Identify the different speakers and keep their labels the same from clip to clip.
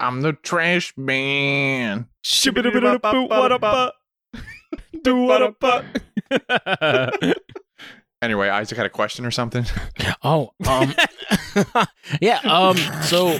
Speaker 1: I'm the trash man.
Speaker 2: Shibbidi-bidi-bidi-boo-wa-da-ba. Do-wa-da-ba.
Speaker 1: Anyway, Isaac had a question or something.
Speaker 3: Oh, um, yeah. Um, so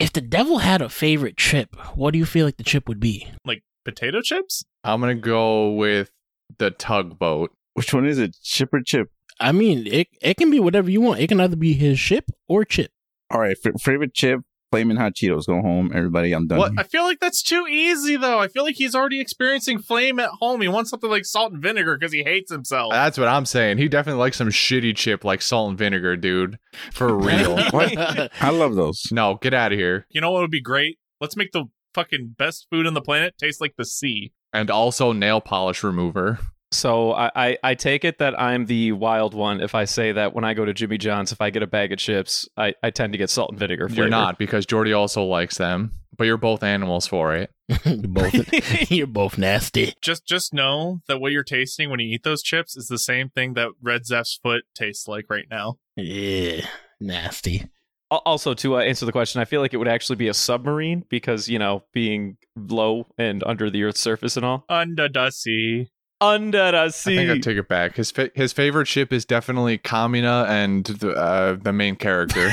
Speaker 3: if the devil had a favorite chip, what do you feel like the chip would be?
Speaker 2: like potato chips?
Speaker 1: I'm gonna go with the tugboat.
Speaker 4: Which one is it? Chip or chip?
Speaker 3: I mean, it it can be whatever you want. It can either be his ship or chip.
Speaker 4: All right, f- favorite chip, flaming hot Cheetos. Go home, everybody. I'm done.
Speaker 1: What?
Speaker 4: here.
Speaker 1: I feel like that's too easy though. I feel like he's already experiencing flame at home. He wants something like salt and vinegar because he hates
Speaker 2: Oh.
Speaker 1: himself. That's what I'm saying. He definitely likes some shitty chip like salt and vinegar, dude. For real.
Speaker 4: What? I love those.
Speaker 1: no, get out of here.
Speaker 2: You know what would be great? Let's make the fucking best food on the planet taste like the sea.
Speaker 1: And also nail polish remover.
Speaker 5: So I, I, I take it that I'm the wild one if I say that when I go to Jimmy John's, if I get a bag of chips, I, I tend to get salt and vinegar flavor.
Speaker 1: You're not because Jordy also likes them. But you're both animals for it.
Speaker 3: you're both you're both nasty.
Speaker 2: Just just know that what you're tasting when you eat those chips is the same thing that Red Zeph's foot tastes like right now.
Speaker 3: Yeah, nasty.
Speaker 5: Al- Also, to uh, answer the question, I feel like it would actually be a submarine because, you know, being low and under the Earth's surface and all.
Speaker 2: Under the sea.
Speaker 5: Under the
Speaker 1: I think I
Speaker 5: sea.
Speaker 1: take it back. His fa- his favorite ship is definitely Kamina and the uh, the main character.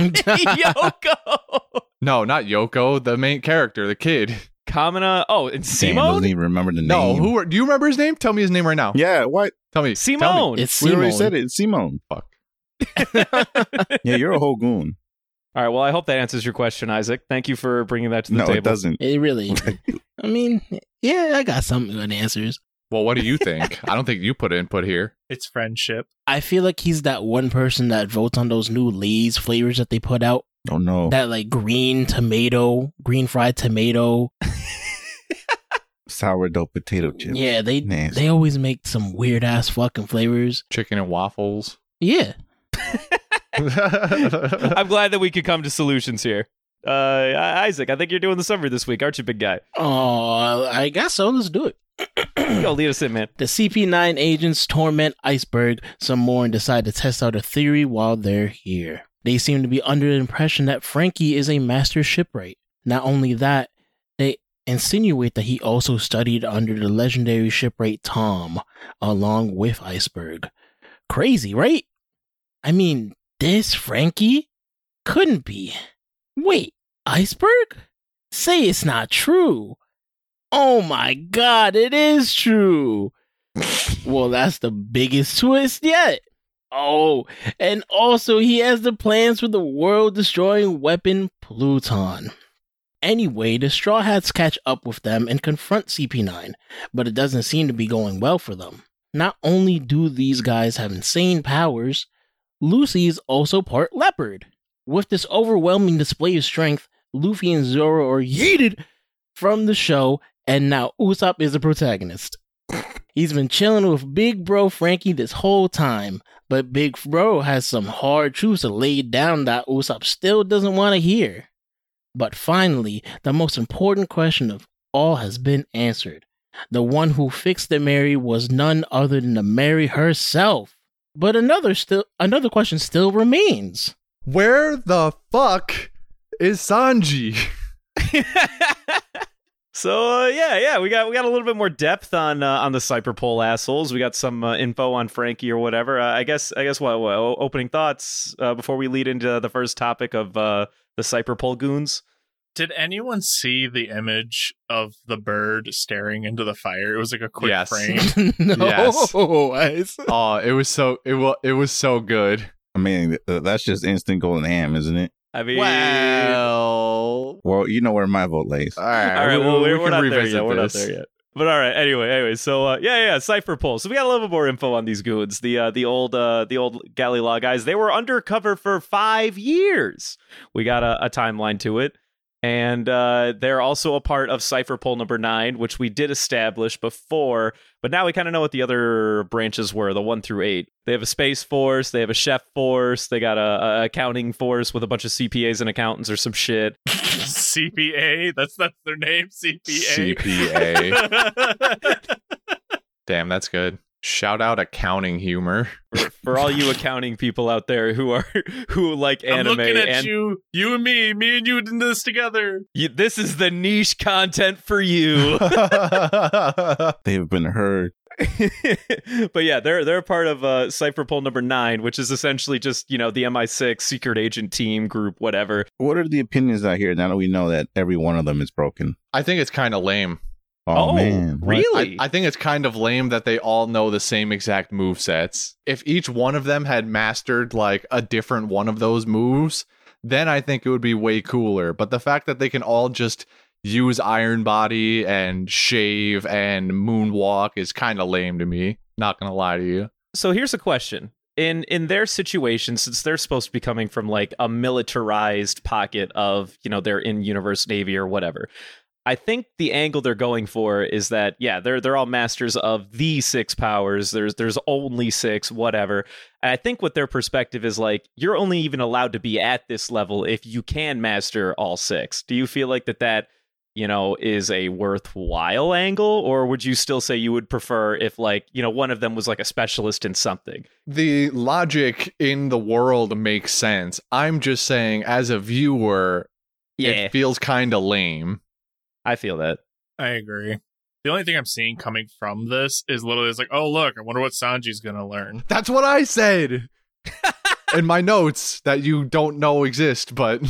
Speaker 5: Yoko!
Speaker 1: no, not Yoko. The main character, the kid.
Speaker 5: Kamina. Oh, and
Speaker 4: Damn, doesn't
Speaker 1: e-
Speaker 5: Simone?
Speaker 4: even remember the
Speaker 1: No,
Speaker 4: name.
Speaker 1: who are, do you remember his name? Tell me his name right now.
Speaker 4: Yeah, what?
Speaker 1: Tell me. Tell me.
Speaker 5: Simone.
Speaker 3: it's
Speaker 4: We
Speaker 3: Simone.
Speaker 4: already said it. It's Simone.
Speaker 1: Fuck.
Speaker 4: Yeah, you're a whole goon.
Speaker 5: All right. Well, I hope that answers your question, Isaac. Thank you for bringing that to the
Speaker 4: No,
Speaker 5: table.
Speaker 4: it doesn't.
Speaker 3: It really. I mean, yeah, I got some good answers.
Speaker 1: Well, what do you think? I don't think you put input here.
Speaker 2: It's friendship.
Speaker 3: I feel like he's that one person that votes on those new Lay's flavors that they put out.
Speaker 4: Oh no.
Speaker 3: That like green tomato, green fried tomato.
Speaker 4: Sourdough potato chip.
Speaker 3: Yeah, they
Speaker 4: Nasty.
Speaker 3: they always make some weird ass fucking flavors.
Speaker 1: Chicken and waffles.
Speaker 3: Yeah,
Speaker 5: I'm glad that we could come to solutions here. Uh, I- Isaac, I think you're doing the summary this week, aren't you, big guy?
Speaker 3: Oh, I guess so. Let's do it.
Speaker 5: Yo, lead us in, man.
Speaker 3: The CP9 agents torment Iceberg some more and decide to test out a theory while they're here. They seem to be under the impression that Frankie is a master shipwright. Not only that, they insinuate that he also studied under the legendary shipwright Tom along with Iceberg. Crazy, right? I mean, this Frankie couldn't be. Wait, Iceberg? Say it's not true. Oh my god, it is true. well, that's the biggest twist yet. Oh, and also he has the plans for the world destroying weapon Pluton. Anyway, the Straw Hats catch up with them and confront CP9, but it doesn't seem to be going well for them. Not only do these guys have insane powers, Lucy's also part leopard. With this overwhelming display of strength, Luffy and Zoro are yeeted from the show, and now Usopp is the protagonist. He's been chilling with Big Bro Frankie this whole time, but Big Bro has some hard truths to lay down that Usopp still doesn't want to hear. But finally, the most important question of all has been answered. The one who fixed the Mary was none other than the Mary herself. But another still another question still remains.
Speaker 1: Where the fuck is Sanji?
Speaker 5: so uh, yeah, yeah, we got we got a little bit more depth on uh, on the cyberpole assholes. We got some uh, info on Frankie or whatever. Uh, I guess I guess what, what o- opening thoughts uh, before we lead into the first topic of uh, the cyberpole goons.
Speaker 2: Did anyone see the image of the bird staring into the fire? It was like a quick
Speaker 1: Yes.
Speaker 2: frame.
Speaker 3: no.
Speaker 1: Yes.
Speaker 3: Ice.
Speaker 1: Oh, it was so it was it was so good.
Speaker 4: I mean, th- that's just instant golden ham, isn't it?
Speaker 5: I mean,
Speaker 1: all
Speaker 4: Well, you know where my vote lays.
Speaker 1: right,
Speaker 5: All right,
Speaker 1: we-
Speaker 5: well,
Speaker 1: we
Speaker 5: we're,
Speaker 1: can
Speaker 5: we're not there
Speaker 1: revisit
Speaker 5: yet. We're not
Speaker 1: this.
Speaker 5: there yet. But all right, anyway, anyway. So uh, yeah, yeah, Cipher Pole. So we got a little bit more info on these goons. The uh, the old uh, the old Galley Law guys. They were undercover for five years. We got a, a timeline to it, and uh, they're also a part of Cipher Pole number nine, which we did establish before. But now we kind of know what the other branches were, the one through eight. They have a space force. They have a chef force. They got a, a accounting force with a bunch of CPAs and accountants or some shit.
Speaker 2: CPA. That's that's their name. CPA.
Speaker 1: CPA. Damn, that's good. Shout out accounting humor.
Speaker 5: for, for all you accounting people out there who are who like
Speaker 2: I'm
Speaker 5: anime
Speaker 2: looking at
Speaker 5: and
Speaker 2: you, you and me, me and you in this together.
Speaker 5: you- this is the niche content for you.
Speaker 4: They've been heard.
Speaker 5: but yeah, they're they're part of uh, Cipher Poll number nine, which is essentially just you know the MI6 secret agent team group, whatever.
Speaker 4: What are the opinions out here now that we know that every one of them is broken?
Speaker 1: I think it's kind of lame.
Speaker 4: Oh,
Speaker 5: Oh,
Speaker 4: man.
Speaker 5: Really?
Speaker 1: I, I think it's kind of lame that they all know the same exact move sets. If each one of them had mastered like a different one of those moves, then I think it would be way cooler. But the fact that they can all just use Iron Body and shave and moonwalk is kind of lame to me. Not gonna lie to you.
Speaker 5: so here's a question in in their situation since they're supposed to be coming from like a militarized pocket of you know they're in universe navy or whatever i think the angle they're going for is that yeah they're they're all masters of the six powers there's there's only six whatever and i think what their perspective is like you're only even allowed to be at this level if you can master all six do you feel like that that you know, is a worthwhile angle, or would you still say you would prefer if, like, you know, one of them was like a specialist in something?
Speaker 1: the logic in the world makes sense. I'm just saying, as a viewer, it feels kind of lame.
Speaker 5: I feel that.
Speaker 2: I agree. The only thing I'm seeing coming from this is literally it's like, oh look, I wonder what Sanji's gonna learn.
Speaker 1: That's what I said in my notes that you don't know exist, but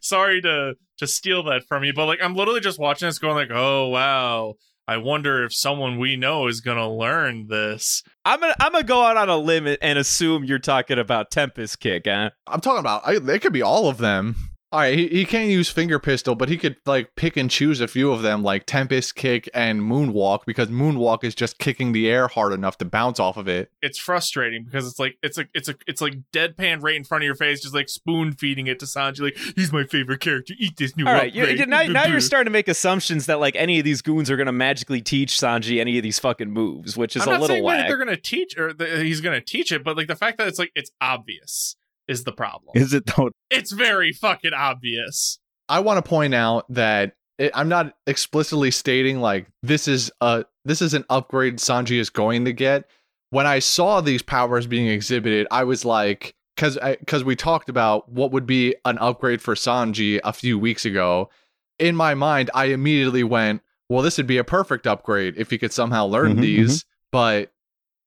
Speaker 2: Sorry to to steal that from you, but like I'm literally just watching this going like, oh wow, I wonder if someone we know is gonna learn this.
Speaker 5: I'm gonna I'm gonna go out on a limb and assume you're talking about Tempest Kick, huh?
Speaker 1: I'm talking about I, it could be all of them. All right, he, he can't use finger pistol, but he could like pick and choose a few of them, like tempest kick and moonwalk, because moonwalk is just kicking the air hard enough to bounce off of it.
Speaker 2: It's frustrating because it's like it's like it's a it's like deadpan right in front of your face, just like spoon feeding it to Sanji, like he's my favorite character. Eat this new.
Speaker 5: All right, you're,
Speaker 2: upgrade."
Speaker 5: you're- now, now you're starting to make assumptions that like any of these goons are gonna magically teach Sanji any of these fucking moves, which is
Speaker 2: I'm
Speaker 5: a
Speaker 2: not
Speaker 5: little
Speaker 2: saying that
Speaker 5: whack.
Speaker 2: they're gonna teach or that he's gonna teach it, but like the fact that it's like it's obvious is the problem.
Speaker 4: Is it though?
Speaker 2: it's very fucking obvious.
Speaker 1: I want to point out that it, I'm not explicitly stating like this is a this is an upgrade Sanji is going to get. When I saw these powers being exhibited, I was like, because because we talked about what would be an upgrade for Sanji a few weeks ago. In my mind, I immediately went, well, this would be a perfect upgrade if he could somehow learn
Speaker 4: Mhm,
Speaker 1: these. But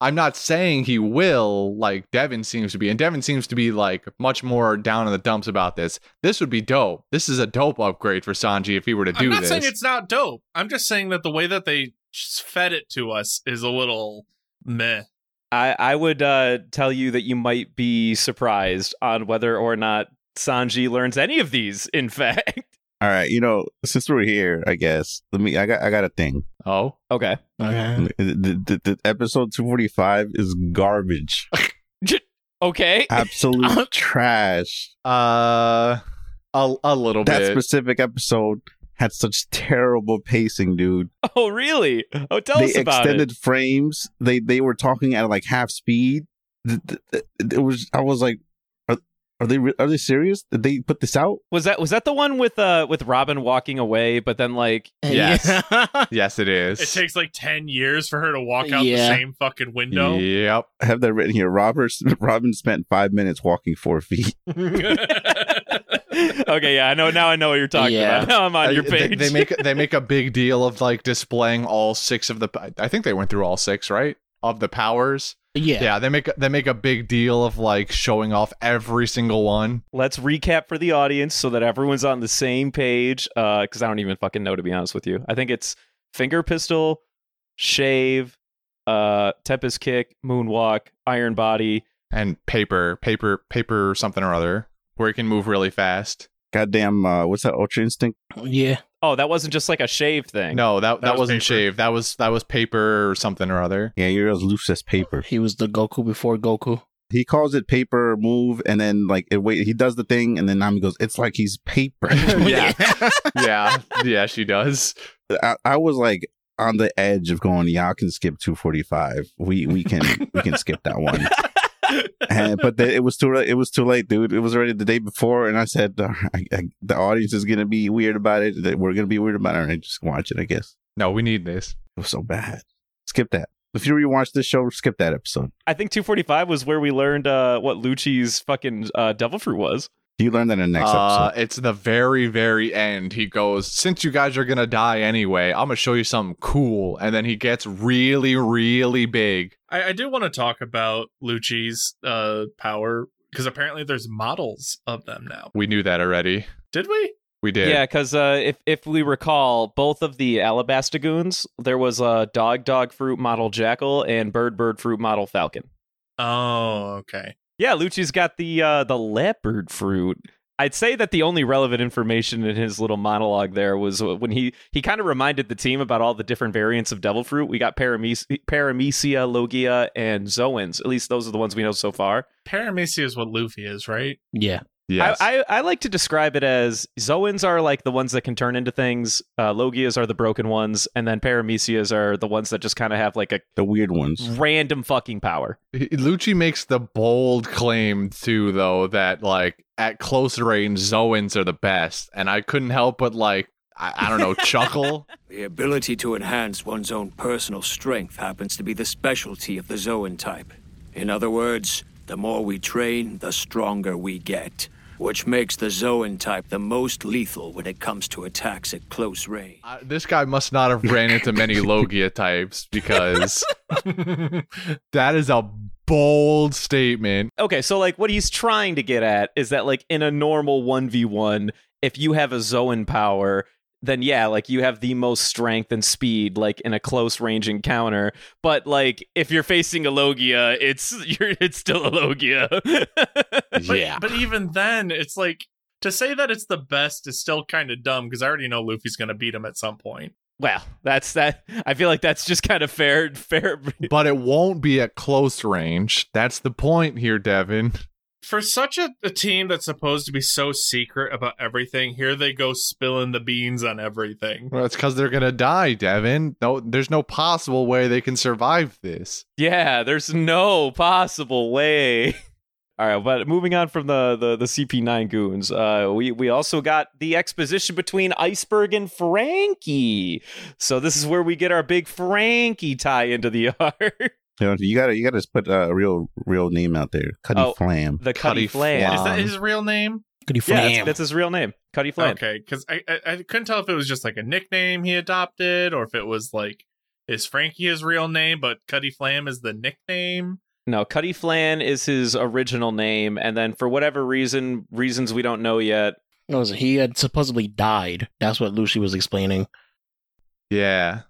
Speaker 1: I'm not saying he will, like Devin seems to be, and Devin seems to be like much more down in the dumps about this. This would be dope. This is a dope upgrade for Sanji if he were to do
Speaker 2: I'm not
Speaker 1: this.
Speaker 2: saying it's not dope. I'm just saying that the way that they s- fed it to us is a little meh.
Speaker 5: I, I would uh, tell you that you might be surprised on whether or not Sanji learns any of these, in fact.
Speaker 4: All right, you know, since we're here, I guess let me. I got, I got a thing.
Speaker 1: oh,
Speaker 5: Okay.
Speaker 3: okay.
Speaker 4: The, the, the episode two forty five is garbage,
Speaker 5: Okay.
Speaker 4: absolute trash.
Speaker 1: uh, a, a little
Speaker 4: That
Speaker 1: bit.
Speaker 4: specific episode had such terrible pacing, dude.
Speaker 5: Oh, really? Oh, tell
Speaker 4: they
Speaker 5: us about
Speaker 4: extended
Speaker 5: it.
Speaker 4: frames. They they were talking at like half speed. Th- th- th- It was. I was like, are, are they re- are they serious? Did they put this out?
Speaker 5: Was that was that the one with uh with Robin walking away, but then like
Speaker 1: Yes.
Speaker 3: Yeah.
Speaker 1: yes, it is.
Speaker 2: It takes like 10 years for her to walk out
Speaker 3: Yeah.
Speaker 2: the same fucking window.
Speaker 1: Yep.
Speaker 4: I have that written here. Robert Robin spent five minutes walking four feet.
Speaker 5: Okay, yeah, I know now I know what you're talking
Speaker 3: Yeah.
Speaker 5: about. Now I'm on
Speaker 1: Uh,
Speaker 5: your
Speaker 1: they-
Speaker 5: page.
Speaker 1: They, make they make a big deal of like displaying all six of the. I think they went through all six, right? Of the powers. Yeah.
Speaker 3: yeah.
Speaker 1: they make they make a big deal of like showing off every single one.
Speaker 5: Let's recap for the audience so that everyone's on the same page. Uh, because I don't even fucking know to be honest with you. I think it's finger pistol, shave, uh, tempest kick, moonwalk, iron body.
Speaker 1: and paper, paper, paper, something or other, where it can move really fast.
Speaker 4: Goddamn, uh, what's that Ultra Instinct?
Speaker 5: Oh, that wasn't just like a shave thing.
Speaker 1: No, that that,
Speaker 2: was
Speaker 1: wasn't
Speaker 2: paper.
Speaker 1: shave. That was that was paper or something or other.
Speaker 4: Yeah, you're as loose as paper.
Speaker 3: He was the Goku before Goku.
Speaker 4: He calls it paper move, and then like it wait, he does the thing, and then Nami goes, "It's like he's paper."
Speaker 1: yeah, yeah, yeah. She does.
Speaker 4: I, I was like on the edge of going, "Y'all can skip 245. We we can we can skip that one." And, but then it was too late. It was too late, dude. It was already the day before, and I said, "Uh, I, I, "The audience is gonna be weird about it. That We're gonna be weird about it." And I just watch it, I guess.
Speaker 1: No, we need this.
Speaker 4: It was so bad. Skip that. If you rewatch this show, skip that episode.
Speaker 5: I think 245 was where we learned uh, what Lucci's fucking uh, devil fruit was.
Speaker 4: You learn that in the next
Speaker 1: Uh,
Speaker 4: episode.
Speaker 1: it's the very, very end. He goes, Since you guys are going to die anyway, I'm going to show you something cool. And then he gets really, really big.
Speaker 2: I, I do want to talk about Lucci's uh, power because apparently there's models of them now.
Speaker 1: We knew that already.
Speaker 2: Did we?
Speaker 1: We did.
Speaker 5: Yeah, because uh, if if we recall, both of the Alabastagoons, there was a dog dog fruit model jackal and bird bird fruit model falcon.
Speaker 2: Oh, okay.
Speaker 5: Yeah, Lucci's got the uh, the leopard fruit. I'd say that the only relevant information in his little monologue there was uh, when he he kind of reminded the team about all the different variants of devil fruit. We got Parames- Paramecia, Logia, and Zoans. At least those are the ones we know so far.
Speaker 2: Paramecia is what Luffy is, right?
Speaker 3: Yeah.
Speaker 1: Yes.
Speaker 5: I, I, I like to describe it as Zoans are like the ones that can turn into things, uh, Logias are the broken ones, and then Paramecias are the ones that just kind of have like a
Speaker 4: the weird ones.
Speaker 5: random fucking power.
Speaker 1: Lucci makes the bold claim, too, though, that like at close range, Zoans are the best. And I couldn't help but like, I, I don't know, chuckle.
Speaker 6: The ability to enhance one's own personal strength happens to be the specialty of the Zoan type. In other words, the more we train, the stronger we get, which makes the Zoan type the most lethal when it comes to attacks at close range.
Speaker 1: I, this guy must not have ran into many Logia types because that is a bold statement.
Speaker 5: Okay, so like what he's trying to get at is that like in a normal 1v1, if you have a Zoan power, then yeah, like you have the most strength and speed like in a close range encounter, but like if you're facing a Logia, it's you're it's still a Logia.
Speaker 2: But, But even then, it's like to say that it's the best is still kind of dumb because I already know Luffy's going to beat him at some point.
Speaker 5: Well, that's that. I feel like that's just kind of fair. Fair.
Speaker 1: But it won't be at close range. That's the point here, Devin.
Speaker 2: For such a, a team that's supposed to be so secret about everything, here they go spilling the beans on everything.
Speaker 1: Well, it's because they're gonna die, Devin. No, there's no possible way they can survive this.
Speaker 5: Yeah, there's no possible way. All right, but moving on from the the, the CP9 goons, uh, we we also got the exposition between Iceberg and Frankie. So this is where we get our big Frankie tie into the arc.
Speaker 4: You, know, you gotta you gotta put uh, a real real name out there. Cuddy
Speaker 5: Oh.
Speaker 4: Flam.
Speaker 5: The
Speaker 1: Cuddy
Speaker 5: Cuddy, Flam.
Speaker 1: Flam.
Speaker 2: Is that
Speaker 1: Um,
Speaker 2: his real name?
Speaker 3: Could he
Speaker 5: Yeah,
Speaker 3: flam?
Speaker 5: that's, that's his real name, Cuddy Flam.
Speaker 2: Okay, because I, I I couldn't tell if it was just like a nickname he adopted or if it was like is Frankie his real name, but Cuddy Flam is the nickname.
Speaker 5: No, Cuddy Flan is his original name, and then for whatever reason, reasons we don't know yet,
Speaker 3: No, so he had supposedly died. That's what Lucy was explaining.
Speaker 1: Yeah,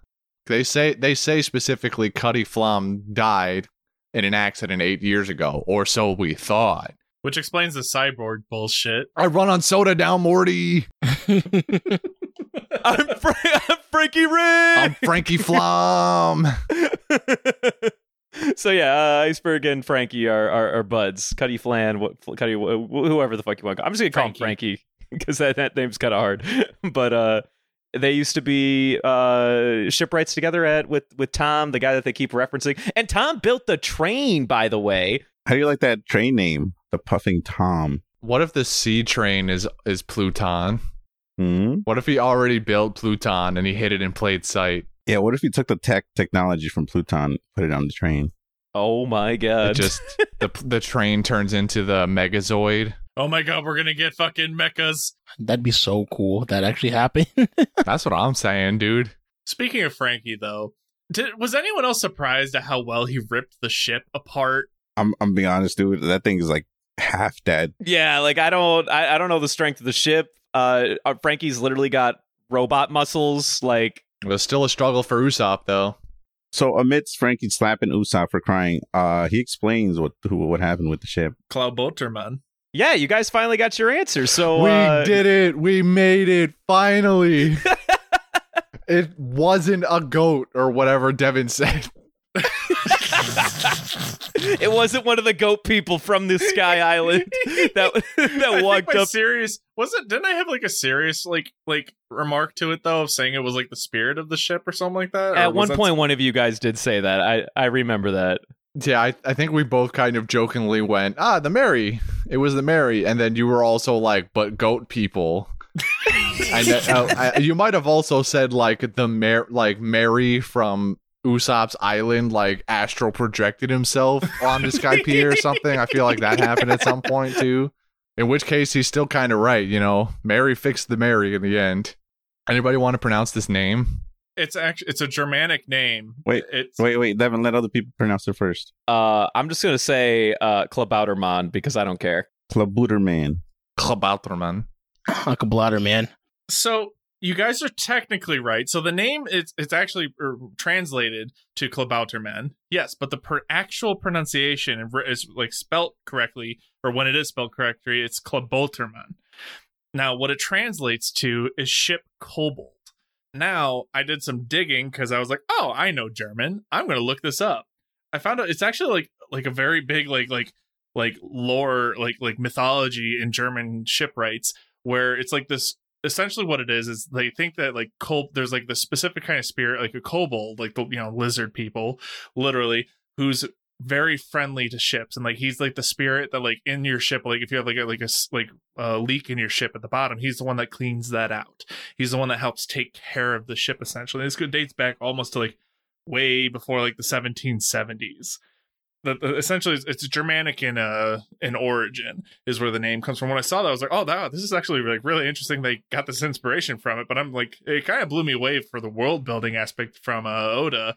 Speaker 1: they say they say specifically Cuddy Flom died in an accident eight years ago, or so we thought.
Speaker 2: Which explains the cyborg bullshit.
Speaker 1: I run on soda now, Morty.
Speaker 5: I'm, Fra- I'm Frankie Rick.
Speaker 1: I'm Frankie Flom.
Speaker 5: so yeah, uh, Iceberg and Frankie are are, are buds. Cuddy Flan, what, Cuddy, wh- whoever the fuck you want. to call- I'm just gonna call him Frankie because that, that name's kind of hard. but uh, they used to be uh, shipwrights together at with with Tom, the guy that they keep referencing. And Tom built the train, by the way.
Speaker 4: How do you like that train name? The Puffing Tom.
Speaker 1: what if the sea train is is Pluton?
Speaker 4: Hmm?
Speaker 1: What if he already built Pluton and he hid it in plain sight?
Speaker 4: Yeah. What if you took the tech technology from Pluton, put it on the train?
Speaker 5: Oh my
Speaker 1: It
Speaker 5: god!
Speaker 1: just the the train turns into the Megazoid.
Speaker 2: Oh my god, we're gonna get fucking mechas.
Speaker 3: That'd be so cool. if That actually happened.
Speaker 1: That's what I'm saying, dude.
Speaker 2: Speaking of Frankie, though, did, was anyone else surprised at how well he ripped the ship apart?
Speaker 4: I'm I'm being honest, dude. That thing is like half dead.
Speaker 5: Yeah, like I don't I, I don't know the strength of the ship. Uh uh, Frankie's literally got robot muscles like
Speaker 1: It was still a struggle for Usopp though.
Speaker 4: So amidst Frankie slapping Usopp for crying, uh, he explains what who, what happened with the ship.
Speaker 2: Cloud Bolterman. Yeah,
Speaker 5: yeah, you guys finally got your answer. So
Speaker 1: we
Speaker 5: uh,
Speaker 1: did it. We made it finally. it wasn't a goat or whatever Devin said.
Speaker 5: it wasn't one of the goat people from the Sky Island that
Speaker 2: I
Speaker 5: that
Speaker 2: think
Speaker 5: walked
Speaker 2: my
Speaker 5: up.
Speaker 2: serious wasn't didn't I have like a serious like like remark to it though of saying it was like the spirit of the ship or something like that? Or
Speaker 5: At
Speaker 2: was
Speaker 5: one
Speaker 2: that-
Speaker 5: point, one of you guys did say that. I I remember that.
Speaker 1: Yeah, I, I think we both kind of jokingly went, ah, the Mary. It was the Mary. And then you were also like, but goat people. I know, oh, I, you might have also said like the Mar- like Mary from Usopp's island, like astral projected himself onto Skype or something. I feel like that happened at some point too. In which case, he's still kind of right. You know, Mary fixed the Mary in the end. Anybody want to pronounce this name?
Speaker 2: It's actually it's a Germanic name.
Speaker 4: Wait,
Speaker 2: it's
Speaker 4: Wait, wait, Devin, let other people pronounce it first.
Speaker 5: Uh, I'm just gonna say uh, Klabautermann because I don't care.
Speaker 4: Klabuterman.
Speaker 1: Klabauterman.
Speaker 3: Uncle Blotter, man.
Speaker 2: so you guys are technically right. So the name it's it's actually er, translated to Klabauterman. Yes, but the per- actual pronunciation and re- is like spelt correctly, or when it is spelled correctly, it's Klabauterman. Now, what it translates to is ship kobold. Now, I did some digging because I was like, oh, I know German. I'm gonna look this up. I found out it's actually like like a very big like like like lore like like mythology in German shipwrights where it's like this essentially what it is is they think that like col- there's like the specific kind of spirit like a kobold like the you know lizard people literally who's very friendly to ships and like he's like the spirit that like in your ship like if you have like a like a s- like a leak in your ship at the bottom he's the one that cleans that out he's the one that helps take care of the ship essentially this good dates back almost to like way before like the 1770s the, the- essentially it's- it's germanic in uh in origin is where the name comes from. When I saw that, I was like, oh, that this is actually like really interesting. They got this inspiration from it, but I'm like, it kind of blew me away for the world building aspect from uh, Oda.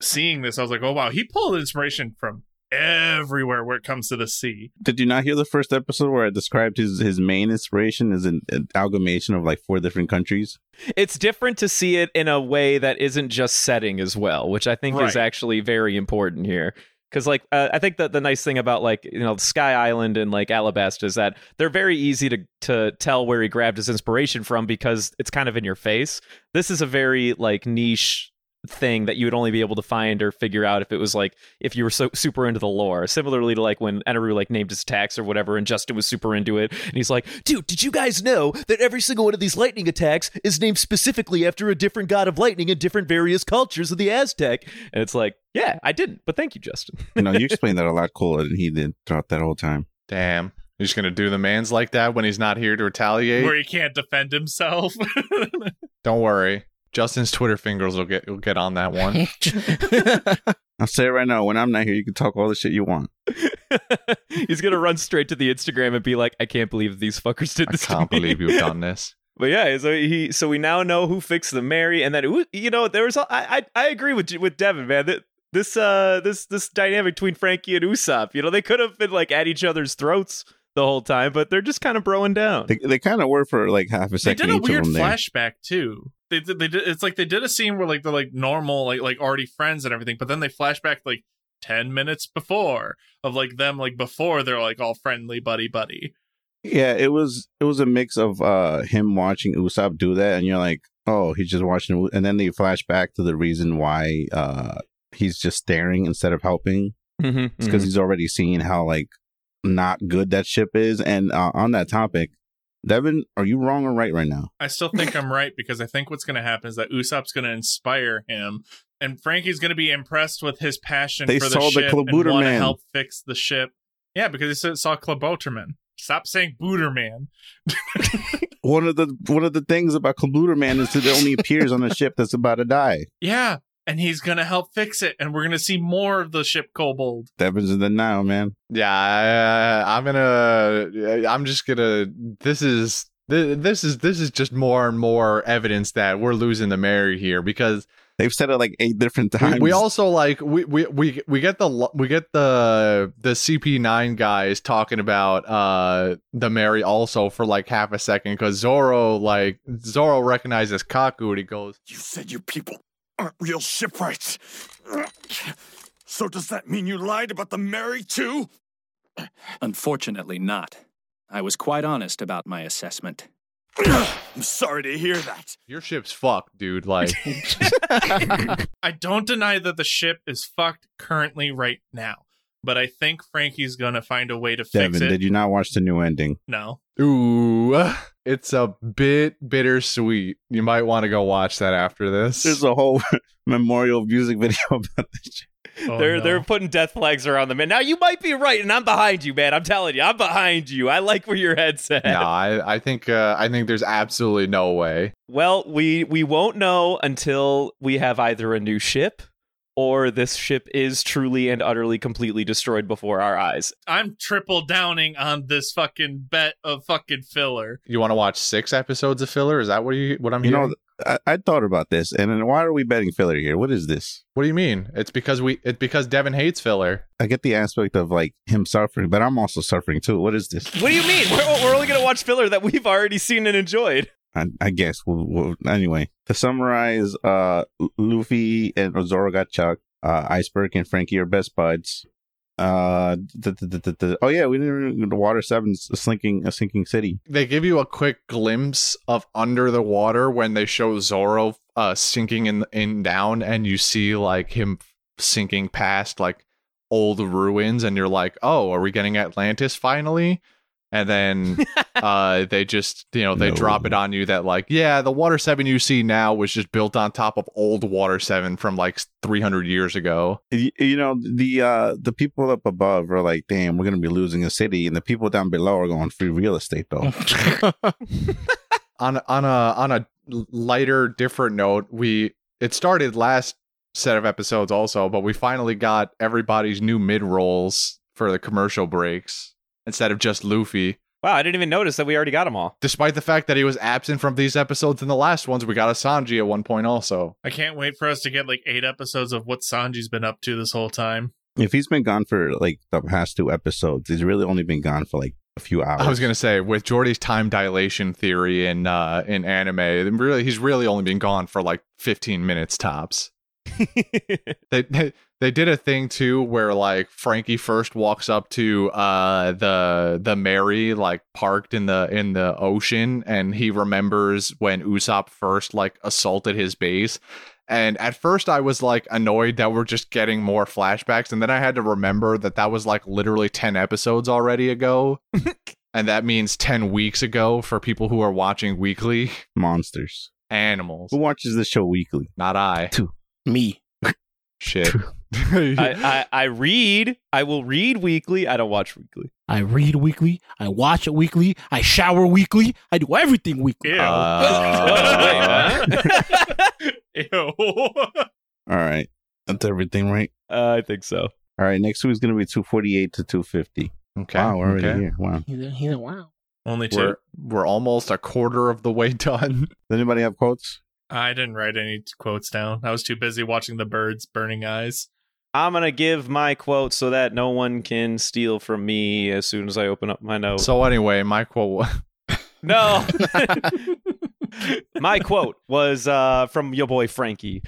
Speaker 2: Seeing this, I was like, oh wow, he pulled inspiration from everywhere where it comes to the sea.
Speaker 4: Did you not hear the first episode where I described his his main inspiration is an amalgamation of like four different countries?
Speaker 5: It's different to see it in a way that isn't just setting as well, which I think is
Speaker 2: Right.
Speaker 5: actually very important here. Because like uh, I think that the nice thing about like you know Sky Island and like Alabasta is that they're very easy to to tell where he grabbed his inspiration from because it's kind of in your face. This is a very like niche thing that you would only be able to find or figure out if it was like if you were so super into the lore. Similarly to like when Enaru like named his attacks or whatever, and Justin was super into it, and he's like, "Dude, did you guys know that every single one of these lightning attacks is named specifically after a different god of lightning in different various cultures of the Aztec?" And it's like, "Yeah, I didn't, but thank you, Justin."
Speaker 4: You know, you explained that a lot cooler than he did throughout that whole time.
Speaker 1: Damn. You're just going to do the man's like that when he's not here to retaliate?
Speaker 2: Where he can't defend himself.
Speaker 1: Don't worry. Justin's Twitter fingers will get will get on that one.
Speaker 4: I'll say it right now. When I'm not here, you can talk all the shit you want.
Speaker 5: he's gonna run straight to the Instagram and be like, "I can't believe these fuckers did
Speaker 1: I
Speaker 5: this." to
Speaker 1: can't
Speaker 5: me."
Speaker 1: believe you've done this.
Speaker 5: But yeah, so he so we now know who fixed the Mary, and then ooh, you know there was a- I I, I agree with with Devin, man. That this uh this this dynamic between Frankie and Usopp, you know, they could have been like at each other's throats the whole time, but they're just kind of broing down.
Speaker 4: They, they kind of were for like half a
Speaker 2: they
Speaker 4: second.
Speaker 2: did a
Speaker 4: each
Speaker 2: weird
Speaker 4: of them there.
Speaker 2: flashback too. They did, they did, it's like they did a scene where like they're like normal like like already friends and everything, but then they flashback like ten minutes before of like them like before they're like all friendly buddy buddy.
Speaker 4: Yeah, it was it was a mix of uh him watching Usopp do that, and you're like, oh, he's just watching, U- and then they flash back to the reason why uh he's just staring instead of helping.
Speaker 5: Mm-hmm,
Speaker 4: It's because he's already seen how like not good that ship is. And uh, on that topic, Devin, are you wrong or right right now?
Speaker 2: I still think I'm right because I think what's going to happen is that Usopp's going to inspire him, and Frankie's going to be impressed with his passion
Speaker 4: They
Speaker 2: for the
Speaker 4: saw the
Speaker 2: ship and want to
Speaker 4: Klabuterman.
Speaker 2: help fix the ship. Yeah, because they said- saw Klaboterman. Stop saying Booterman.
Speaker 4: One of the one of the things about Kabuter Man is that it only appears on a ship that's about to die.
Speaker 2: Yeah, and he's going to help fix it, and we're going to see more of the ship kobold.
Speaker 4: Devin's in the now, man.
Speaker 1: Yeah, I, I'm gonna. I'm just gonna. This is thi- this is this is just more and more evidence that we're losing the Mary here because
Speaker 4: They've said it like eight different
Speaker 1: we,
Speaker 4: times.
Speaker 1: we also like we, we we we get the lo- we get the the CP9 guys talking about uh the Mary also for like half a second because Zoro like Zoro recognizes Kaku and he goes
Speaker 7: You said you people aren't real shipwrights. So does that mean you lied about the Mary too?
Speaker 8: Unfortunately, not. I was quite honest about my assessment.
Speaker 7: I'm sorry to hear that.
Speaker 1: your ship's fucked dude like
Speaker 2: I don't deny that the ship is fucked currently right now, but I think Frankie's going to find a way to fix
Speaker 4: Devin,
Speaker 2: it.
Speaker 4: did you not watch the new ending?
Speaker 2: no.
Speaker 1: ooh it's a bit bittersweet you might want to go watch that after this
Speaker 4: There's a whole memorial music video about this. shit.
Speaker 2: Oh,
Speaker 5: they're
Speaker 2: no.
Speaker 5: they're putting death flags around them. And now you might be right, and I'm behind you, man. I'm telling you, I'm behind you. I like where your head's at.
Speaker 1: no, I, I think uh, I think there's absolutely no way.
Speaker 5: Well, we we won't know until we have either a new ship or this ship is truly and utterly completely destroyed before our eyes.
Speaker 2: I'm triple downing on this fucking bet of fucking filler.
Speaker 1: You want to watch six episodes of filler? Is that what you what I'm
Speaker 4: You
Speaker 1: hearing?
Speaker 4: know, I, I thought about this, and then why are we betting filler here? What is this?
Speaker 1: what do you mean? It's because we it's because Devin hates filler.
Speaker 4: I get the aspect of like him suffering, but I'm also suffering too. What is this?
Speaker 5: What do you mean? We're, we're only going to watch filler that we've already seen and enjoyed.
Speaker 4: I, I guess. We'll, we'll, anyway, to summarize, uh, L- Luffy and Zoro got chucked. Uh, Iceberg and Frankie are best buds. Uh, the, the, the, the, oh yeah, we didn't. even- The Water Seven's a sinking, a sinking city.
Speaker 1: They give you a quick glimpse of under the water when they show Zoro uh, sinking in in down, and you see like him sinking past like old ruins, and you're like, oh, are we getting Atlantis finally? And then uh they just you know they
Speaker 4: No.
Speaker 1: drop it on you that like yeah the water 7 you see now was just built on top of old water 7 from like 300 years ago
Speaker 4: you, you know the uh the people up above are like damn we're gonna be losing a city and the people down below are going free real estate though
Speaker 1: on on a on a lighter different note we it started last set of episodes also but we finally got everybody's new mid rolls for the commercial breaks instead of just luffy
Speaker 5: Wow, I didn't even notice that we already got them all.
Speaker 1: despite the fact that he was absent from these episodes in the last ones we got a sanji at one point also
Speaker 2: I can't wait for us to get like eight episodes of what Sanji's been up to this whole time.
Speaker 4: if he's been gone for like the past two episodes he's really only been gone for like a few hours
Speaker 1: I was gonna say with Jordy's time dilation theory in uh, in anime, really he's really only been gone for like fifteen minutes tops. They, they they did a thing too where like Frankie first walks up to uh the the Mary like parked in the in the ocean and he remembers when Usopp first like assaulted his base. And at first I was like annoyed that we're just getting more flashbacks and then I had to remember that that was like literally 10 episodes already ago. and that means 10 weeks ago for people who are watching weekly
Speaker 4: monsters
Speaker 1: animals.
Speaker 4: who watches this show weekly
Speaker 1: Not I.
Speaker 3: Me.
Speaker 1: Shit.
Speaker 5: I, I, I read. I will read weekly. I don't watch weekly.
Speaker 3: I read weekly. I watch it weekly. I shower weekly. I do everything weekly.
Speaker 2: Ew.
Speaker 4: Oh,
Speaker 1: Uh,
Speaker 5: Wait, huh?
Speaker 2: Ew.
Speaker 4: all right that's everything right
Speaker 5: Uh, I think so.
Speaker 4: all right next week's gonna be 248 to 250
Speaker 1: okay.
Speaker 4: wow we're already
Speaker 1: okay.
Speaker 4: here wow
Speaker 3: He said, he said, wow.
Speaker 2: Only 2
Speaker 1: We're, we're almost a quarter of the way done.
Speaker 4: does anybody have quotes
Speaker 2: I didn't write any quotes down. I was too busy watching the birds' burning eyes.
Speaker 5: I'm gonna give my quote so that no one can steal from me as soon as I open up my note.
Speaker 1: So anyway, my quote
Speaker 5: No. My quote was uh, from your boy Frankie.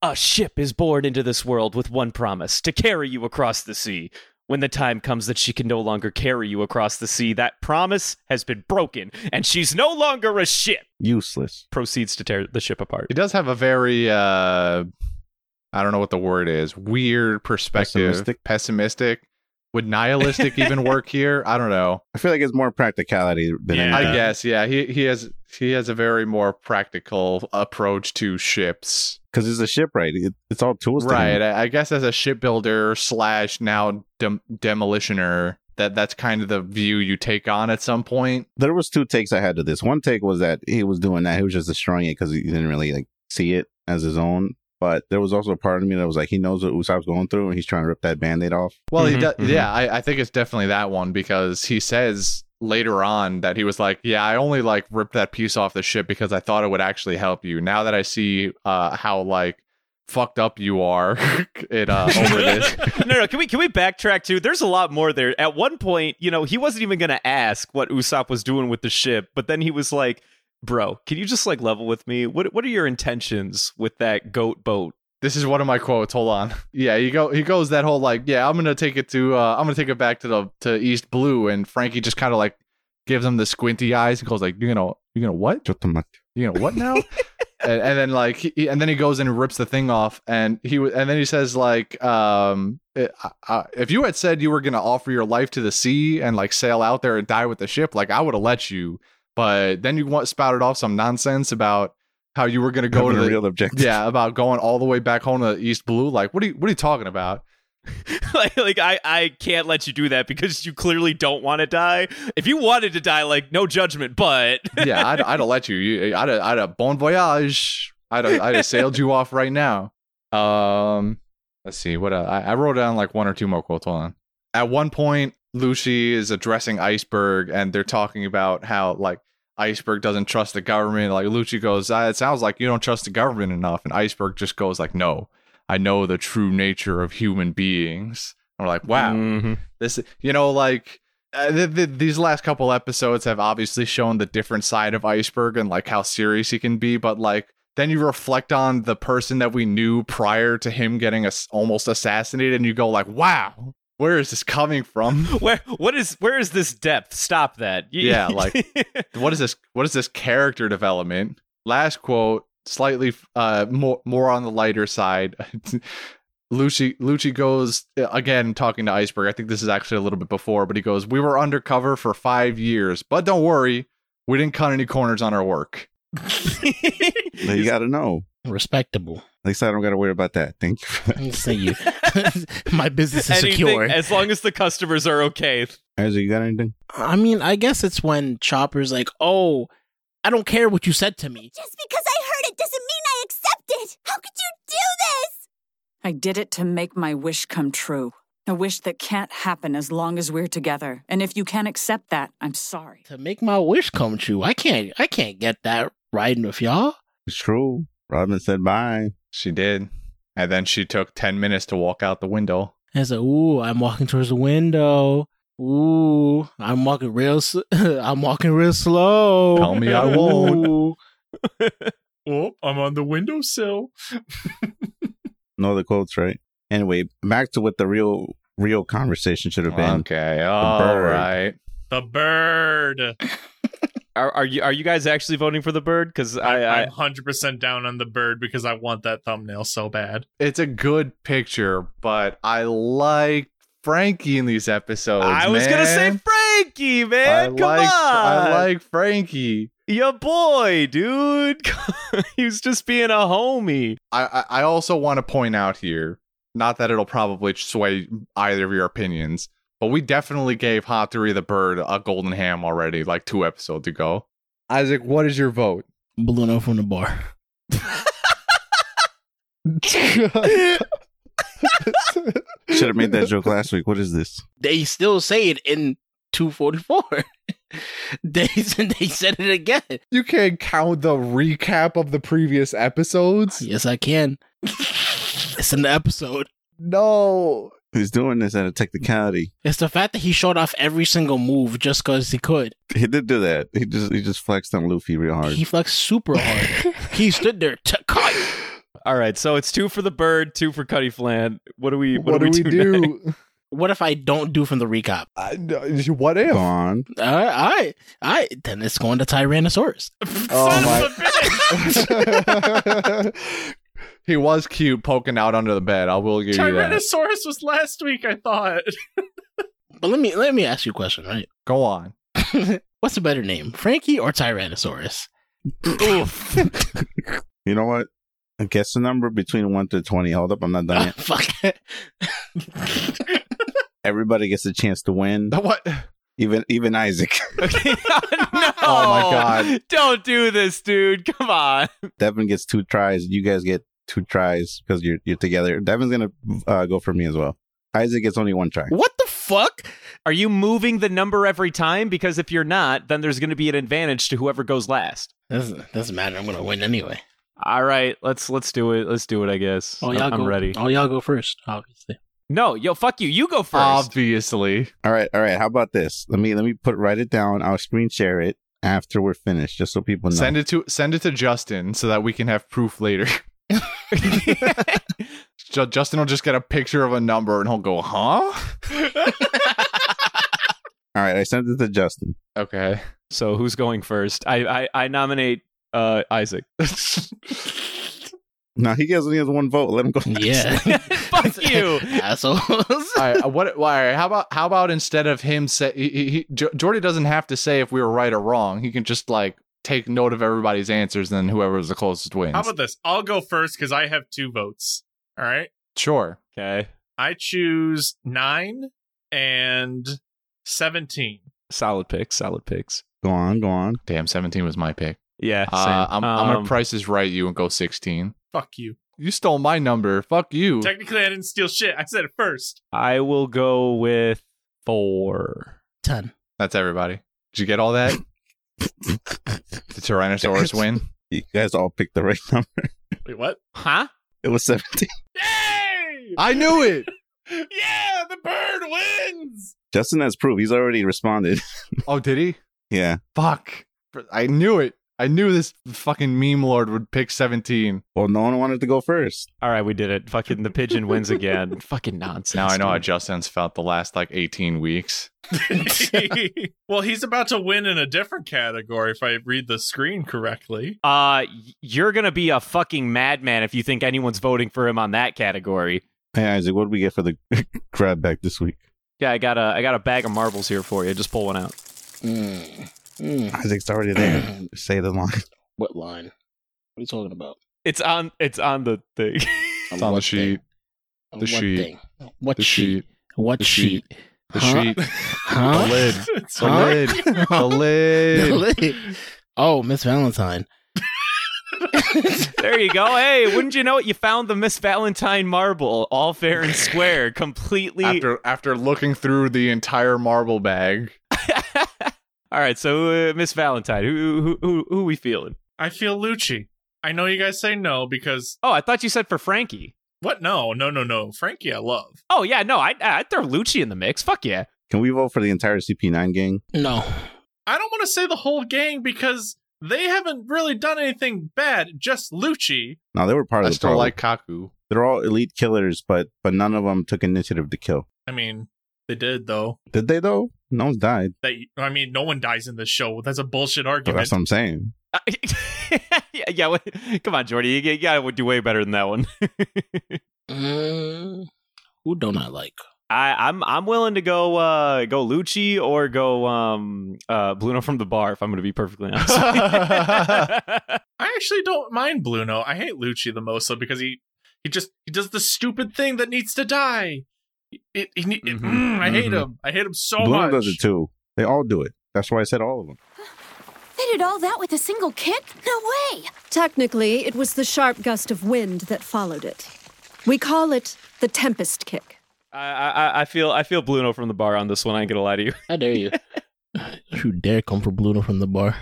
Speaker 5: A ship is born into this world with one promise to carry you across the sea. When the time comes that she can no longer carry you across the sea, that promise has been broken and she's no longer a ship.
Speaker 4: useless
Speaker 5: Proceeds to tear the ship apart.
Speaker 1: he does have a very uh I don't know what the word is, weird perspective,
Speaker 4: Pessimistic?
Speaker 1: pessimistic. Would nihilistic even work here? I don't know.
Speaker 4: i feel like it's more practicality than
Speaker 2: Yeah.
Speaker 1: I
Speaker 4: anything.
Speaker 1: guess, yeah. He he has he has a very more practical approach to ships.
Speaker 4: because it's a shipwright it, it's all tools to him.
Speaker 1: Right. I I guess as a shipbuilder slash now dem- demolitioner, that that's kind of the view you take on at some point.
Speaker 4: there was two takes I had to this. One take was that he was doing that; he was just destroying it because he didn't really like see it as his own. But there was also a part of me that was like, he knows what Usopp's going through, and he's trying to rip that band-aid off.
Speaker 1: Well, he
Speaker 5: Mhm,
Speaker 1: does.
Speaker 5: mhm.
Speaker 1: Yeah, I, I think it's definitely that one because he says later on that he was like, "Yeah, I only like ripped that piece off the ship because I thought it would actually help you. Now that I see uh, how like fucked up you are, it uh, over this."
Speaker 5: no, no. Can we can we backtrack too? There's a lot more there. At one point, you know, he wasn't even gonna ask what Usopp was doing with the ship, but then he was like, "Bro, can you just like level with me? What what are your intentions with that goat boat?"
Speaker 1: This is one of my quotes. Hold on. Yeah, he go he goes that whole like, yeah, I'm gonna take it to uh, I'm gonna take it back to the to East Blue, and Frankie just kind of like gives him the squinty eyes and goes like, you're gonna you're gonna what?
Speaker 4: Chotomat.
Speaker 1: you know what now and, and then like he, and then he goes and rips the thing off and he w- and then he says like um uh, uh, if you had said you were going to offer your life to the sea and like sail out there and die with the ship like i would have let you but then you want spouted off some nonsense about how you were going to go to
Speaker 4: Having a
Speaker 1: the
Speaker 4: real objective.
Speaker 1: yeah about going all the way back home to East Blue. Like, what are you what are you talking about?
Speaker 5: like, like I, I can't let you do that because you clearly don't want to die. If you wanted to die, like, no judgment, but
Speaker 1: Yeah, I'd, I'd have let you. you I'd, have, I'd have bon voyage. I'd have, I'd have sailed you off right now. Um, let's see what uh, I, I wrote down like one or two more quotes. Hold on. At one point, Lucy is addressing Iceberg, and they're talking about how like Iceberg doesn't trust the government. Like Lucy goes, "Ah, "It sounds like you don't trust the government enough," and Iceberg just goes like, "No, I know the true nature of human beings." And we're like, "Wow." this you know like uh, th- th- these last couple episodes have obviously shown the different side of iceberg and like how serious he can be but like then you reflect on the person that we knew prior to him getting ass- almost assassinated and you go like wow where is this coming from
Speaker 5: Where what is where is this depth? Stop that. You-
Speaker 1: Yeah, like- what is this what is this character development last quote slightly uh more more on the lighter side Lucci Lucci goes uh, again talking to Iceberg. I think this is actually a little bit before, but he goes, "We were undercover for 5 years, but don't worry, we didn't cut any corners on our work."
Speaker 4: Now you got to know.
Speaker 3: Respectable.
Speaker 4: At least I don't got to worry about that. Thank you. For that.
Speaker 3: Thank you. My business is
Speaker 5: Anything-
Speaker 3: secure.
Speaker 5: As long as the customers are okay.
Speaker 4: Ezra, you got anything?
Speaker 3: I mean, I guess it's when Chopper's like, "Oh, I don't care what you said to me."
Speaker 9: Just because I heard it doesn't mean I accept it! How could you do this?
Speaker 10: I did it to make my wish come true. A wish that can't happen as long as we're together. And if you can't accept that, I'm sorry.
Speaker 3: To make my wish come true, I can't. I can't get that riding with y'all.
Speaker 4: It's true. Robin said bye.
Speaker 1: She did. And then she took 10 minutes to walk out the window.
Speaker 3: And it's like, "Ooh, I'm walking towards the window. Ooh, I'm walking real. s I'm walking real slow.
Speaker 1: Tell me I won't.
Speaker 3: Ooh.
Speaker 2: Oh, I'm on the windowsill.
Speaker 4: No other quotes, right? Anyway, back to what the real real conversation should have been.
Speaker 1: Okay. All
Speaker 4: bird.
Speaker 1: right.
Speaker 2: The bird.
Speaker 5: Are, are you are you guys actually voting for the bird? Because I, I
Speaker 2: I'm 100% down on the bird because I want that thumbnail so bad.
Speaker 1: It's a good picture, but I like Frankie in these episodes.
Speaker 5: I was gonna say
Speaker 1: man.
Speaker 5: Frankie, man.
Speaker 1: I
Speaker 5: Come
Speaker 1: like,
Speaker 5: on.
Speaker 1: I like Frankie.
Speaker 5: your boy, dude. he was just being a homie.
Speaker 1: I, I I also want to point out here, not that it'll probably sway either of your opinions, but we definitely gave Hattori the Bird a golden ham already, like two episodes ago. Isaac, what is your vote?
Speaker 3: Balloon off from the bar.
Speaker 4: Should have made that joke last week. What is this?
Speaker 3: They still say it in 244. they they said it again.
Speaker 1: You can't count the recap of the previous episodes.
Speaker 3: Yes, I can. it's in the episode.
Speaker 1: No.
Speaker 4: He's doing this at a technicality.
Speaker 3: It's the fact that he showed off every single move just because he could.
Speaker 4: He did do that. He just he just flexed on Luffy real hard.
Speaker 3: He flexed super hard. he stood there. T- cut.
Speaker 5: All right, so it's two for the bird, two for Cuddy Flan. What do we? What,
Speaker 1: What, do we do?
Speaker 5: next?
Speaker 3: What if I don't do from the recap?
Speaker 1: I- no, what if?
Speaker 4: Gone.
Speaker 3: All right, all right, all right. Then it's going to Tyrannosaurus.
Speaker 1: Oh
Speaker 2: Son
Speaker 1: my-
Speaker 2: of a bitch!
Speaker 1: he was cute poking out under the bed. I will give you that.
Speaker 2: Tyrannosaurus was last week, I thought.
Speaker 3: But let me let me ask you a question, right?
Speaker 1: Go on.
Speaker 3: What's a better name, Frankie or Tyrannosaurus?
Speaker 4: You know what? I guess the number between one to twenty. Hold up, I'm not done
Speaker 3: Ah,
Speaker 4: yet.
Speaker 3: fuck.
Speaker 4: Everybody gets a chance to win.
Speaker 1: What?
Speaker 4: Even even Isaac.
Speaker 5: Okay, no.
Speaker 1: Oh my God.
Speaker 5: Don't do this, dude. Come on.
Speaker 4: Devin gets two tries. You guys get two tries because you're you're together. Devin's gonna uh, go for me as well. Isaac gets only one try.
Speaker 3: what the fuck?
Speaker 5: Are you moving the number every time? Because if you're not, then there's going to be an advantage to whoever goes last.
Speaker 3: Doesn't doesn't matter. I'm gonna win anyway.
Speaker 5: All right, let's let's do it. Let's do it. I guess.
Speaker 3: Oh,
Speaker 5: I'm-
Speaker 3: y'all
Speaker 5: I'm
Speaker 3: go,
Speaker 5: ready.
Speaker 3: Oh, y'all go first, obviously.
Speaker 5: No, yo, fuck you. You go
Speaker 1: Uh,
Speaker 5: first.
Speaker 1: Obviously.
Speaker 4: All right, all right. How about this? Let me let me put write it down. I'll screen share it after we're finished, just so people know.
Speaker 1: Send it to send it to Justin so that we can have proof later. Ju- Justin will just get a picture of a number and he'll go, "Huh?"
Speaker 4: All right, I sent it to Justin.
Speaker 1: Okay.
Speaker 5: so who's going first? I I, I nominate uh, Isaac.
Speaker 4: Now he gets only has one vote. Let him go.
Speaker 3: Yeah.
Speaker 5: fuck you.
Speaker 3: assholes.
Speaker 1: All right. uh, What? All right, how about how about instead of him say, he, he, he, Jo- Jordy doesn't have to say if we were right or wrong. He can just like take note of everybody's answers, and then whoever was the closest wins.
Speaker 2: How about this? I'll go first because I have two votes. All right.
Speaker 1: sure.
Speaker 5: Okay.
Speaker 2: I choose nine and 17.
Speaker 5: Solid picks. Solid picks.
Speaker 4: Go on, go on.
Speaker 1: Damn, 17 was my pick.
Speaker 5: Yeah. Same.
Speaker 1: Uh, I'm, I'm
Speaker 5: Um,
Speaker 1: gonna price is right you and go 16.
Speaker 2: Fuck you.
Speaker 1: You stole my number. Fuck you.
Speaker 2: Technically, I didn't steal shit. I said it first.
Speaker 5: I will go with four.
Speaker 3: Ten.
Speaker 1: That's everybody. Did you get all that? the Tyrannosaurus win.
Speaker 4: You guys all picked the right number.
Speaker 2: Wait, what?
Speaker 5: Huh?
Speaker 4: It was 17.
Speaker 2: Yay!
Speaker 1: I knew it.
Speaker 2: yeah, the bird wins.
Speaker 4: Justin has proof. He's already responded.
Speaker 1: Oh, did he?
Speaker 4: yeah.
Speaker 1: Fuck. I knew it. I knew this fucking meme lord would pick 17.
Speaker 4: Well, no one wanted to go first.
Speaker 5: All right, we did it. Fucking the pigeon wins again. Fucking nonsense.
Speaker 1: Now I know how
Speaker 5: dude.
Speaker 1: Justin's felt the last like 18 weeks.
Speaker 2: well, he's about to win in a different category if I read the screen correctly.
Speaker 5: Uh, y- you're gonna be a fucking madman if you think anyone's voting for him on that category.
Speaker 4: Hey, Isaac, what did we get for the grab bag this week?
Speaker 5: Yeah, I got a I got a bag of marbles here for you. Just pull one out.
Speaker 3: Mm. Mm.
Speaker 4: Isaac's already there. Say the line.
Speaker 3: What line? What are you talking about?
Speaker 5: It's on it's on the thing.
Speaker 1: It's on
Speaker 3: what
Speaker 1: the sheet.
Speaker 3: thing? On
Speaker 1: The
Speaker 3: what
Speaker 1: sheet.
Speaker 3: thing? What
Speaker 1: The sheet.
Speaker 3: sheet? What
Speaker 1: The
Speaker 3: sheet?
Speaker 1: sheet. The
Speaker 3: Huh?
Speaker 1: sheet.
Speaker 3: Huh?
Speaker 1: The lid.
Speaker 2: It's
Speaker 1: The
Speaker 3: Huh?
Speaker 1: lid. The
Speaker 3: The
Speaker 1: lid.
Speaker 3: lid. Oh, Miss Valentine.
Speaker 5: there you go. Hey, wouldn't you know it? You found the Miss Valentine marble, all fair and square, completely.
Speaker 1: After after looking through the entire marble bag,
Speaker 5: all right, so uh, Miss Valentine, who who who who we feeling?
Speaker 2: I feel Lucci. I know you guys say no because
Speaker 5: Oh, I thought you said for Frankie.
Speaker 2: what? No, no, no, no. Frankie, I love.
Speaker 5: Oh yeah, no, I I I'd throw Lucci in the mix. Fuck yeah.
Speaker 4: Can we vote for the entire CP9 gang?
Speaker 3: No.
Speaker 2: I don't want to say the whole gang because they haven't really done anything bad. Just Lucci.
Speaker 4: No, they were part
Speaker 1: I
Speaker 4: of the
Speaker 1: still
Speaker 4: problem.
Speaker 1: like Kaku.
Speaker 4: They're all elite killers, but but none of them took initiative to kill.
Speaker 2: I mean, they did though.
Speaker 4: Did they though? No one's died.
Speaker 2: That I mean, no one dies in this show. That's a bullshit
Speaker 4: But
Speaker 2: argument.
Speaker 4: that's what I'm saying.
Speaker 5: Uh, yeah, yeah. What, come on, Jordy. You, g- you gotta do way better than that one.
Speaker 3: Mm, who don't I like?
Speaker 5: I, I'm I'm willing to go uh, go Lucci or go um, uh, Bruno from the bar. If I'm going to be perfectly honest.
Speaker 2: I actually don't mind Bluno. I hate Lucci the most though because he he just he does the stupid thing that needs to die. It, he ne- it-
Speaker 5: Mhm.
Speaker 2: mm, I hate him. I hate him so
Speaker 4: Blue
Speaker 2: much.
Speaker 4: does it too. They all do it. That's why I said all of them.
Speaker 9: They did all that with a single kick? No way!
Speaker 11: Technically, it was the sharp gust of wind that followed it. We call it the tempest kick.
Speaker 5: I, I I feel I feel Bruno from the bar on this one. I ain't gonna lie to you.
Speaker 3: How dare you? Don't you dare come for Bluto from the bar.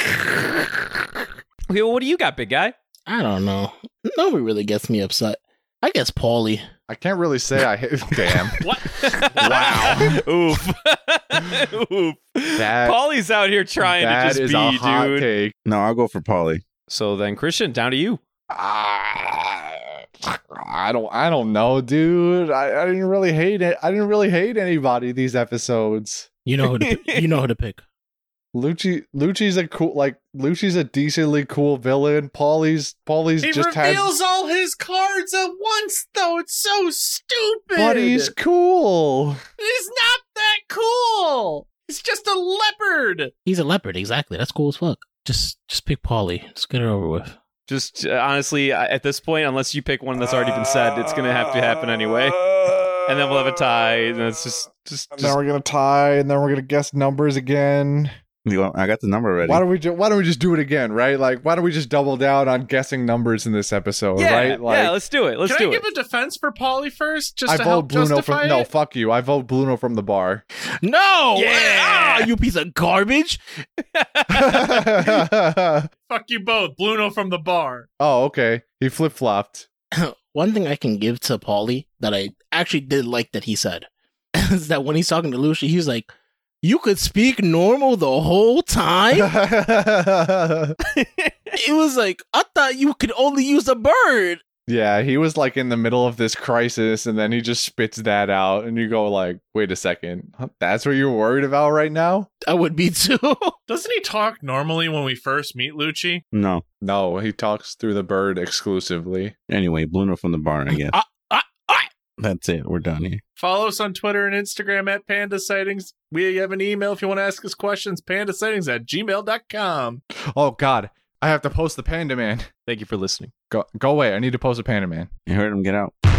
Speaker 5: Okay, well, what do you got, big guy?
Speaker 3: I don't know. Nobody really gets me upset. I guess Paulie.
Speaker 1: I can't really say I hate. Damn.
Speaker 5: What? wow. Oof. Oof.
Speaker 1: That-
Speaker 5: Paulie's out here trying to
Speaker 1: That
Speaker 5: just
Speaker 1: is
Speaker 5: be,
Speaker 1: a hot
Speaker 5: dude.
Speaker 1: take.
Speaker 4: No, I'll go for Polly.
Speaker 5: So then, Christian, down to you.
Speaker 1: Ah, I don't I don't know, dude. I, I didn't really hate it. I didn't really hate anybody these episodes.
Speaker 3: You know who to, you know who to pick.
Speaker 1: Lucci Lucci's a cool like Lucci's a decently cool villain. Paulie's Paulie's
Speaker 2: he
Speaker 1: just had
Speaker 2: reveals all his cards at once though. It's so stupid.
Speaker 1: but he's cool.
Speaker 2: He's not that cool. He's just a leopard.
Speaker 3: He's a leopard, exactly. That's cool as fuck. Just just pick Paulie. Let's get it over with.
Speaker 5: Just uh, honestly, I- at this point, unless you pick one that's already been said, it's gonna have to happen anyway. And then we'll have a tie, and it's just, just,
Speaker 1: And
Speaker 5: just-
Speaker 1: then we're gonna tie, and then we're gonna guess numbers again.
Speaker 4: You know, I got the number ready.
Speaker 1: Why don't we ju- Why don't we just do it again, right? Like, why don't we just double down on guessing numbers in this episode,
Speaker 5: yeah,
Speaker 1: right? Like,
Speaker 5: yeah. Let's do it. Let's
Speaker 2: Can
Speaker 5: do
Speaker 2: I
Speaker 5: it.
Speaker 2: give a defense for Polly first, just
Speaker 1: I
Speaker 2: to
Speaker 1: vote
Speaker 2: help
Speaker 1: Bruno
Speaker 2: justify
Speaker 1: from
Speaker 2: it?
Speaker 1: no. Fuck you. I vote Bruno from the bar.
Speaker 3: No!
Speaker 5: Yeah!
Speaker 3: Ah, you piece of garbage!
Speaker 1: oh,
Speaker 2: Fuck you both, Bruno from the bar.
Speaker 1: okay. He flip flopped.
Speaker 3: One thing I can give to Paulie that I actually did like that he said is that when he's talking to Lucia, he's like, You could speak normal the whole time?
Speaker 1: yeah,
Speaker 3: it was like, I thought you could only use a bird.
Speaker 1: he was like in the middle of this crisis, and then he just spits that out, and you go like, "Wait a second, that's what you're worried about right now?"
Speaker 3: I would be too.
Speaker 2: Doesn't he talk normally when we first meet Lucci?
Speaker 4: No.
Speaker 1: No, he talks through the bird exclusively.
Speaker 4: Anyway, Bruno from the bar, I guess.
Speaker 3: I,
Speaker 4: That's it. We're done here.
Speaker 2: Follow us on Twitter and Instagram at Panda Sightings. We have an email if you want to ask us questions, pandasightings at gmail.com.
Speaker 1: Oh God, I have to post the Panda Man.
Speaker 5: Thank you for listening.
Speaker 1: Go go away. I need to post a Panda Man.
Speaker 4: You heard him. Get out.